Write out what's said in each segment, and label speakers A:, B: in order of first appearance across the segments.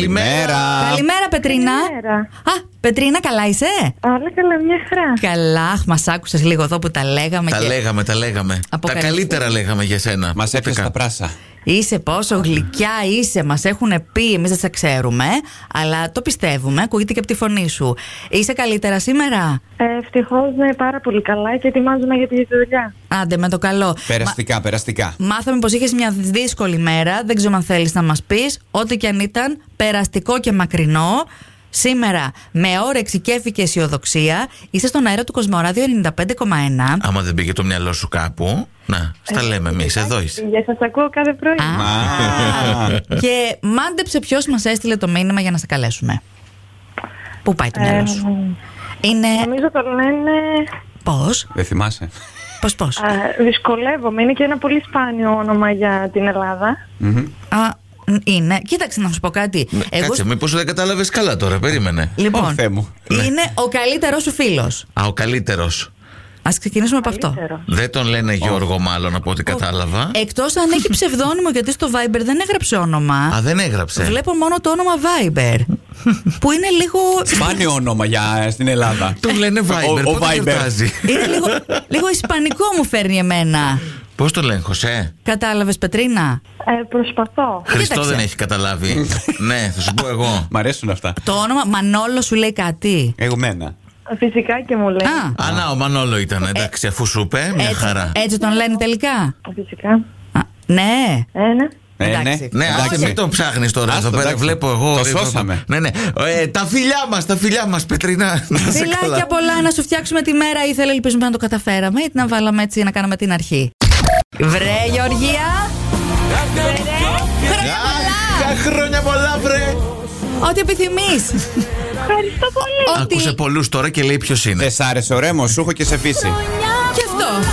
A: Καλημέρα.
B: Καλημέρα, Πετρίνα.
C: Καλημέρα.
B: Α, Πετρίνα, καλά είσαι.
C: Όλα καλά, μια χαρά.
B: Καλά, αχ, μας άκουσες λίγο εδώ που τα λέγαμε.
A: Τα
B: και
A: λέγαμε, τα λέγαμε.
B: Από
A: Τα
B: καλή-
A: καλύτερα λέγαμε για σένα.
D: Μας έπιασε
A: Τελικά.
D: τα πράσα.
B: Είσαι πόσο γλυκιά είσαι, μας έχουν πει, εμείς δεν τα ξέρουμε, αλλά το πιστεύουμε, ακούγεται και από τη φωνή σου. Είσαι καλύτερα σήμερα.
C: Ε, Ευτυχώς, ναι, πάρα πολύ καλά και ετοιμάζομαι για τη δουλειά.
B: Άντε με το καλό.
D: Περαστικά, περαστικά.
B: Μα- μάθαμε πως είχες μια δύσκολη μέρα, δεν ξέρω αν θέλεις να μας πεις, ό,τι και αν ήταν, περαστικό και μακρινό. Σήμερα, με όρεξη, κέφι και αισιοδοξία, είσαι στον αέρα του Κοσμοράδιο 95,1.
A: Άμα δεν πήγε το μυαλό σου κάπου. Να, στα λέμε εμείς, εδώ είσαι.
C: Για σας ακούω κάθε πρωί.
B: Α.
D: Μα.
B: και μάντεψε ποιος μας έστειλε το μήνυμα για να σε καλέσουμε. Πού πάει το μυαλό σου. Είναι.
C: Νομίζω το λένε.
B: Πώς,
D: Δεν θυμάσαι.
B: πώς, πώς.
C: Α, δυσκολεύομαι. Είναι και ένα πολύ σπάνιο όνομα για την Ελλάδα.
D: Μμμ.
B: Α, είναι. Κοίταξε να σου πω κάτι.
A: Ναι, Κάτσε, μήπως δεν κατάλαβες καλά τώρα, περίμενε.
B: Λοιπόν,
D: Ω, Θεέ μου.
B: είναι ο καλύτερος σου φίλος.
A: Α, ο καλύτερος.
B: Ας ξεκινήσουμε από αυτό.
C: Ξέρω.
A: Δεν τον λένε Γιώργο, μάλλον από ό,τι κατάλαβα.
B: Εκτός αν έχει ψευδόνυμο, γιατί στο Viber δεν έγραψε όνομα.
A: Α, δεν έγραψε.
B: Βλέπω μόνο το όνομα Viber. που είναι λίγο.
D: Σπάνιο όνομα για στην Ελλάδα.
A: Τον λένε Viber.
D: Ο- ο
A: πότε
D: Viber.
A: γιορτάζει.
B: είναι λίγο, λίγο ισπανικό μου φέρνει εμένα.
A: Πώς τον λένε, Χωσέ.
B: Κατάλαβες, Πετρίνα.
C: Ε, προσπαθώ.
A: Χριστό
B: Κοίταξε.
A: δεν έχει καταλάβει. ναι, θα σου πω εγώ.
D: Μ' αρέσουν αυτά.
B: Το όνομα Μανόλο σου λέει κάτι.
D: Εγώ μένα.
C: Φυσικά και μου λέει.
B: Α,
A: Α, να, ο Μανόλο ήταν, εντάξει, αφού σου είπε, μια
B: έτσι,
A: χαρά.
B: έτσι τον λένε τελικά.
C: Φυσικά.
B: Α, ναι.
C: Ε, ναι.
D: Ε,
B: Εντάξει.
D: ναι,
A: Ναι, άσε μην το ψάχνεις τώρα
D: Άστο,
A: εδώ πέρα.
D: εντάξει.
A: Βλέπω εγώ.
D: Το
A: ρε,
D: σώσαμε.
A: Ναι, ναι. Ε, τα φιλιά μας, τα φιλιά μας, Πετρινά. Να σε
B: Φιλάκια
A: καλά.
B: πολλά να σου φτιάξουμε τη μέρα. Ήθελε, ελπίζουμε να το καταφέραμε ή να βάλαμε έτσι να κάναμε την αρχή. Βρε, Γεωργία! Χρόνια πολλά!
A: Αχ, χρόνια πολλά, βρε!
B: Ό,τι επιθυμείς
C: Ευχαριστώ πολύ.
B: Ό,τι.
A: Άκουσε πολλούς τώρα και λέει ποιος είναι.
D: Δεν σ' άρεσε ο Ρέμο, σου έχω και σε φύση.
B: Και αυτό.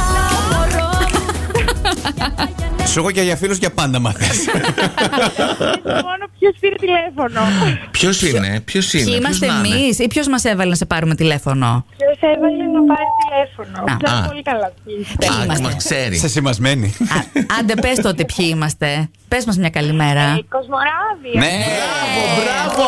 D: Σου έχω και για φίλους για πάντα μαθες
C: Μόνο ποιος πήρε τηλέφωνο.
A: Ποιος είναι, ποιος είναι.
B: Ποιοι
A: ποιος
B: είμαστε
A: να είναι.
B: εμείς ή ποιος μας έβαλε να σε πάρουμε τηλέφωνο.
C: Ποιος έβαλε να πάρει τηλέφωνο.
B: Α,
C: Ξέρω
A: α.
C: πολύ καλά. ποιοι είστε.
B: Ποιοι
A: Α,
B: είμαστε.
A: μας ξέρει.
D: Είσαι σημασμένη.
B: Α, Άντε, πες τότε ποιοι είμαστε. Πες μας μια καλημέρα.
C: Ε, Κοσμοράδιο.
D: Ναι,
B: Ε.
A: Μπράβο!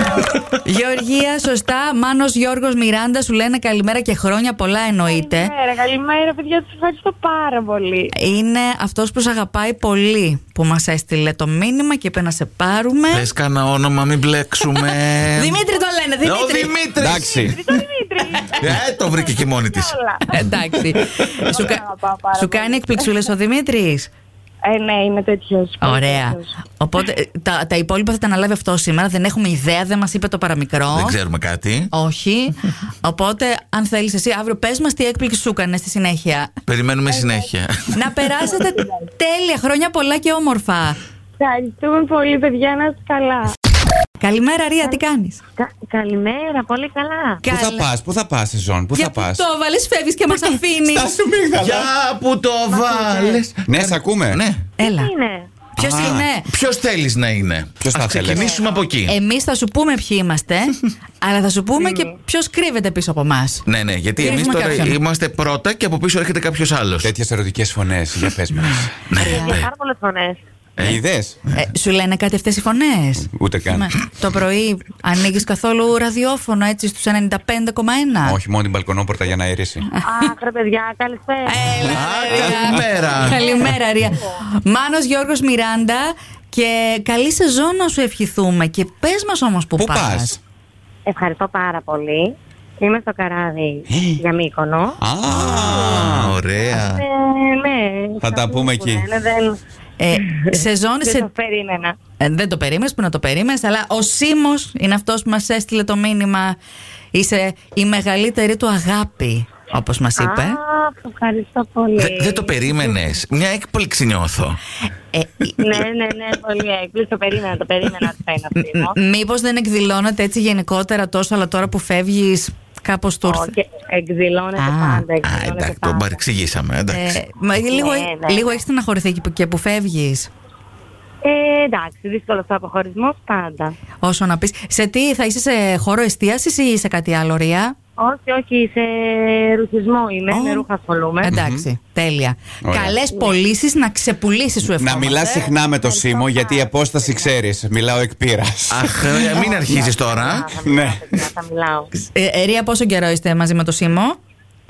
B: Γεωργία, σωστά. Μάνος Γιώργος Μιράντα σου λένε καλημέρα και χρόνια πολλά εννοείται.
C: Καλημέρα, καλημέρα, παιδιά. Σα ευχαριστώ πάρα πολύ.
B: Είναι αυτός που σε αγαπάει πολύ που μας έστειλε το μήνυμα και είπε να σε πάρουμε.
A: Πες κανένα όνομα, μην μπλέξουμε.
B: Δημήτρη το λένε,
A: Ο
B: Δημήτρη.
A: ε, Δημήτρη!
D: εντάξει.
C: Δημήτρη.
A: Ε, το βρήκε και μόνη της.
C: Όλα.
B: Εντάξει. σου, κα-
C: αγαπάω πάρα
B: σου
C: πολύ.
B: κάνει εκπληξούλες ο Δημήτρης.
C: Ε, ναι, είναι τέτοιο.
B: Ωραία. Οπότε ε, τα, τα υπόλοιπα θα τα αναλάβει αυτό σήμερα. Δεν έχουμε ιδέα, δεν μας είπε το παραμικρό.
A: Δεν ξέρουμε κάτι.
B: Όχι. Οπότε, αν θέλεις εσύ, αύριο πες μας τι έκπληξη σου έκανε στη συνέχεια.
A: Περιμένουμε συνέχεια.
B: Ε, ναι. Να περάσετε τέλεια, χρόνια πολλά και όμορφα.
C: Ευχαριστούμε πολύ, παιδιά, να είστε καλά.
B: Καλημέρα, Ρία, τι κάνεις.
C: καλημέρα, πολύ καλά.
D: Πού θα πας, πού θα πας, Σεζόν, πού θα πας.
B: Το βάλε, φεύγεις και μας αφήνει.
D: Τα σου μίγδαλα.
A: Για που το βάλε.
D: Ναι, σε ακούμε.
A: Ναι.
B: Έλα.
C: Είναι.
B: Ποιος
D: Α.
B: είναι.
A: Ποιος θέλεις να είναι. Ε,
D: Ποιος θα
A: Ας
D: θέλες.
A: ξεκινήσουμε από εκεί.
B: Εμείς θα σου πούμε ποιοι είμαστε, αλλά θα σου πούμε και ποιος κρύβεται πίσω από εμάς.
A: Ναι, ναι, γιατί εμεί
B: Έχουμε
A: τώρα
B: κάποιον.
A: είμαστε πρώτα και από πίσω έρχεται κάποιος άλλος.
D: Τέτοιες ερωτικές φωνές, για πες μας.
A: Ναι, ναι.
C: Πάρα πολλές φωνές.
D: Είδες.
B: Ε, σου λένε κάτι αυτές οι φωνές.
D: Ούτε καν.
B: Το πρωί ανοίγεις καθόλου ραδιόφωνο έτσι στους 95,1.
D: Όχι, μόνο την μπαλκονόπορτα για να αερίσει.
C: Αχ, ρε παιδιά, καλησπέρα.
B: Έλα,
A: Α,
B: Ρία.
A: καλημέρα.
B: Καλημέρα, Ρία. Μάνος Γιώργος Μιράντα και καλή σεζόν να σου ευχηθούμε. Και πες μας όμως που,
D: Πού
B: πας.
D: πας.
E: Ευχαριστώ πάρα πολύ. Είμαι στο καράβι για Μύκονο.
A: Α, ωραία.
E: Ε, ναι.
D: Θα τα πούμε εκεί.
E: Ναι, δεν,
B: Ε, σεζόν
E: δεν το
B: σε...
E: περίμενα.
B: ε, δεν το περίμενες που να το περίμενες, αλλά ο Σίμος είναι αυτός που μας έστειλε το μήνυμα. Είσαι η μεγαλύτερη του αγάπη, όπως μας είπε.
E: Α, ευχαριστώ πολύ.
A: Δε- Δεν το περίμενες. Μια έκπληξη νιώθω.
B: Ε,
E: ναι, ναι, ναι, πολύ έκπληξη. Το περίμενα, το περίμενα ότι θα είναι αυτή. μου.
B: Μήπως δεν εκδηλώνεται έτσι γενικότερα τόσο, αλλά τώρα που φεύγεις κάπως του ήρθε.
E: Όχι, εκδηλώνεται
B: Α,
E: πάντα.
A: Α,
E: Εκδηλώνεται
A: εντάξει, το
E: πάντα.
A: παρεξηγήσαμε.
B: Ε,
A: Εντάξει.
B: μα λίγο,
E: Ναι, ναι.
B: λίγο έχεις στεναχωρηθεί και που- και που φεύγεις.
E: Ε, εντάξει, δύσκολος ο αποχωρισμός πάντα.
B: Όσο να πεις. Σε τι θα είσαι σε χώρο εστίασης ή σε κάτι άλλο, Ρία.
E: Όχι, όχι, σε ρουχισμό είμαι,
B: Ω.
E: με ρούχα ασχολούμαι.
B: Εντάξει, τέλεια.
D: Ωραία.
B: Καλές
E: Ναι.
B: πωλήσεις να ξεπουλήσεις σου
D: Να
B: εύκολα.
D: μιλάς συχνά με το Σίμω, γιατί η απόσταση ξέρεις. Μιλάω εκ πείρας.
A: Αχ, ε, μην αρχίζεις τώρα.
E: Θα μιλάω,
D: Ναι.
E: παιδιά, θα μιλάω.
B: Ε, ε, Ρία, πόσο καιρό είστε μαζί με το Σίμω.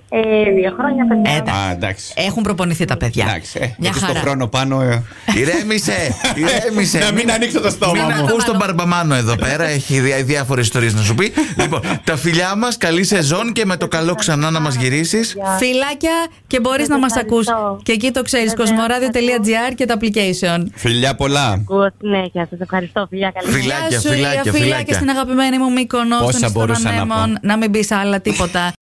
E: Ε, δύο χρόνια, παιδιά.
B: Εντάξει.
D: Α, εντάξει.
B: Έχουν προπονηθεί τα παιδιά.
D: Εντάξει. ε,
B: Ε, Μια
D: γιατί στο
B: χαρά. Ε,
D: χρόνο πάνω. ε,
A: Ηρέμησε, ηρέμησε.
D: Να μην ανοίξω το στόμα
A: Μην
D: μου.
A: ακούς τον Μπαρμπαμάνο εδώ πέρα, έχει διά- διάφορες ιστορίες να σου πει. λοιπόν, τα φιλιά μας, καλή σεζόν και με το καλό ξανά να μας γυρίσεις.
B: Φιλάκια και μπορείς
E: Σας
B: να μας ακούς
E: ευχαριστώ.
B: Και εκεί το ξέρεις.
E: Σας
B: Κοσμοράδιο.gr και τα application.
D: Φιλιά πολλά.
E: Ακούω συνέχεια. Σας ευχαριστώ, φιλιά. Καλή
A: Φιλιά.
E: συνέχεια.
A: Φιλάκια,
B: Γεια σου, Ηλία,
A: φιλάκια,
B: φιλάκια
A: φιλάκια.
B: στην αγαπημένη μου Μύκονο.
D: Πόσα
B: στον
D: μπορούσα να
B: Ιστονανέμον.
D: πω.
B: Να μην πεις άλλα τίποτα.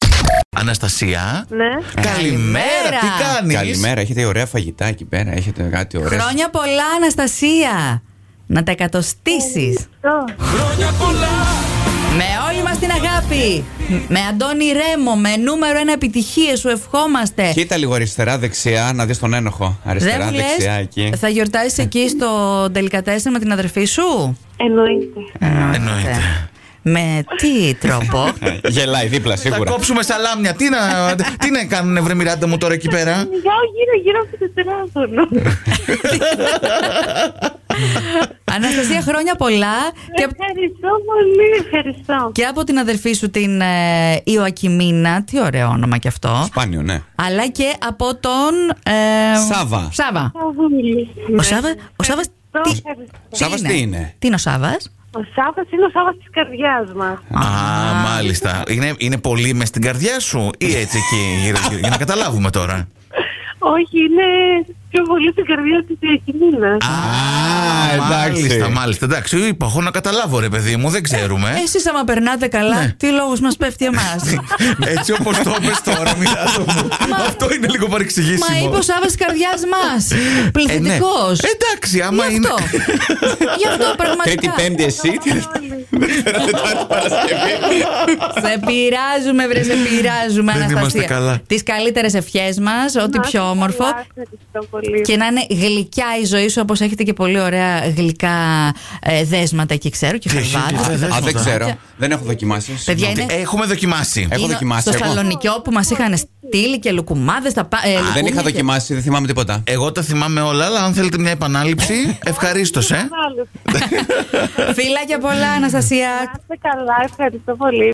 A: Αναστασία.
E: Ναι.
A: Καλημέρα, τι κάνεις.
D: Καλημέρα, έχετε ωραία φαγητά εκεί πέρα. Έχετε κάτι ωραίο.
B: Χρόνια πολλά, Αναστασία! Να τα εκατοστήσεις. Με όλη μας την αγάπη. Με Αντώνη Ρέμο, με νούμερο ένα επιτυχίες σου ευχόμαστε.
D: Κοίτα λίγο αριστερά-δεξιά να δεις τον ένοχο.
B: Δεν μου λες,
D: Αριστερά-δεξιά εκεί.
B: θα γιορτάσεις εκεί στο τελικατέσσερα με την αδερφή σου.
E: Εννοείται.
A: Εννοείται.
B: Με τι τρόπο.
D: Ε, Γελάει δίπλα
A: Θα
D: σίγουρα.
A: κόψουμε σαλάμια. Τι να, τι να κάνουνε, βρε μοιράτε μου τώρα εκεί πέρα.
E: Μιλάω γύρω-γύρω από το τεράστιο.
B: Αναστασία, χρόνια πολλά και,
E: Ευχαριστώ πολύ, ευχαριστώ.
B: και από την αδερφή σου την ε, Ιωακιμίνα. Τι ωραίο όνομα κι αυτό.
D: Σπάνιο, ναι.
B: Αλλά και από τον. ε,
D: Σάβα.
B: Σάβα. Ο
E: Ο
B: Σάβα. Ο Σάβας τι,
E: Ευχαριστώ, ευχαριστώ.
D: Ο Σάβας τι είναι?
B: Τι είναι ο Σάβας
E: Ο Σάββας είναι ο Σάββας της καρδιάς μας.
A: Α, μάλιστα. Είναι, είναι πολύ μες στην καρδιά σου ή έτσι εκεί, γύρω- γύρω, για να καταλάβουμε τώρα.
E: Όχι, είναι πιο πολύ στην καρδιά της Ιακημίνας.
D: Α, εντάξει.
A: Μάλιστα, μάλιστα. Εντάξει, είπα, έχω να καταλάβω, ρε παιδί μου, δεν ξέρουμε.
B: Εσείς άμα περνάτε καλά,
A: Ναι.
B: τι λόγος μας πέφτει εμάς ε,
A: Έτσι όπως το είπες τώρα, μοιράτε μου. Αυτό είναι λίγο
B: Μα
A: παρεξηγήσιμο.
B: είπε ο Σάβας της καρδιάς μας Πληθυντικός
A: Ε, ναι. Εντάξει, άμα
B: Γι'
A: είναι.
B: αυτό Γι' αυτό
D: Τρίτη,
B: πραγματικά
D: πέμπτη εσύ.
B: Σε πειράζουμε βρε, σε πειράζουμε
A: Δεν είμαστε
B: Αναστασία
A: καλά.
B: Τις καλύτερες ευχές μας, ό,τι
E: Να είστε
B: πιο όμορφο
E: καλά, Ευχαριστώ πολύ.
B: και να είναι γλυκιά η ζωή σου, όπως έχετε και πολύ ωραία γλυκά ε, δέσματα εκεί, ξέρω, και
A: Τι έχει,
B: χαρβάτες.
A: τι
D: Α, δεν
A: δέσποτα.
D: ξέρω. Δεν έχω δοκιμάσει.
B: Παιδιά,
D: Συγγνώμη.
B: είναι
A: Ε, Έχουμε δοκιμάσει.
D: Έχω
B: Είναι
D: δοκιμάσει
B: Στο
D: εγώ.
B: σαλονικιό που μας είχαν στείλει και λουκουμάδες. τα πα- ε,
D: Δεν
B: λουκούμια
D: είχα
B: και-
D: δοκιμάσει, δεν θυμάμαι τίποτα.
A: Εγώ τα θυμάμαι όλα, αλλά αν θέλετε μια επανάληψη, ευχαρίστως, ε.
E: Άλλος.
B: Φιλάκια πολλά, Αναστασία.
E: Να είστε καλά, ευχαριστώ πολύ.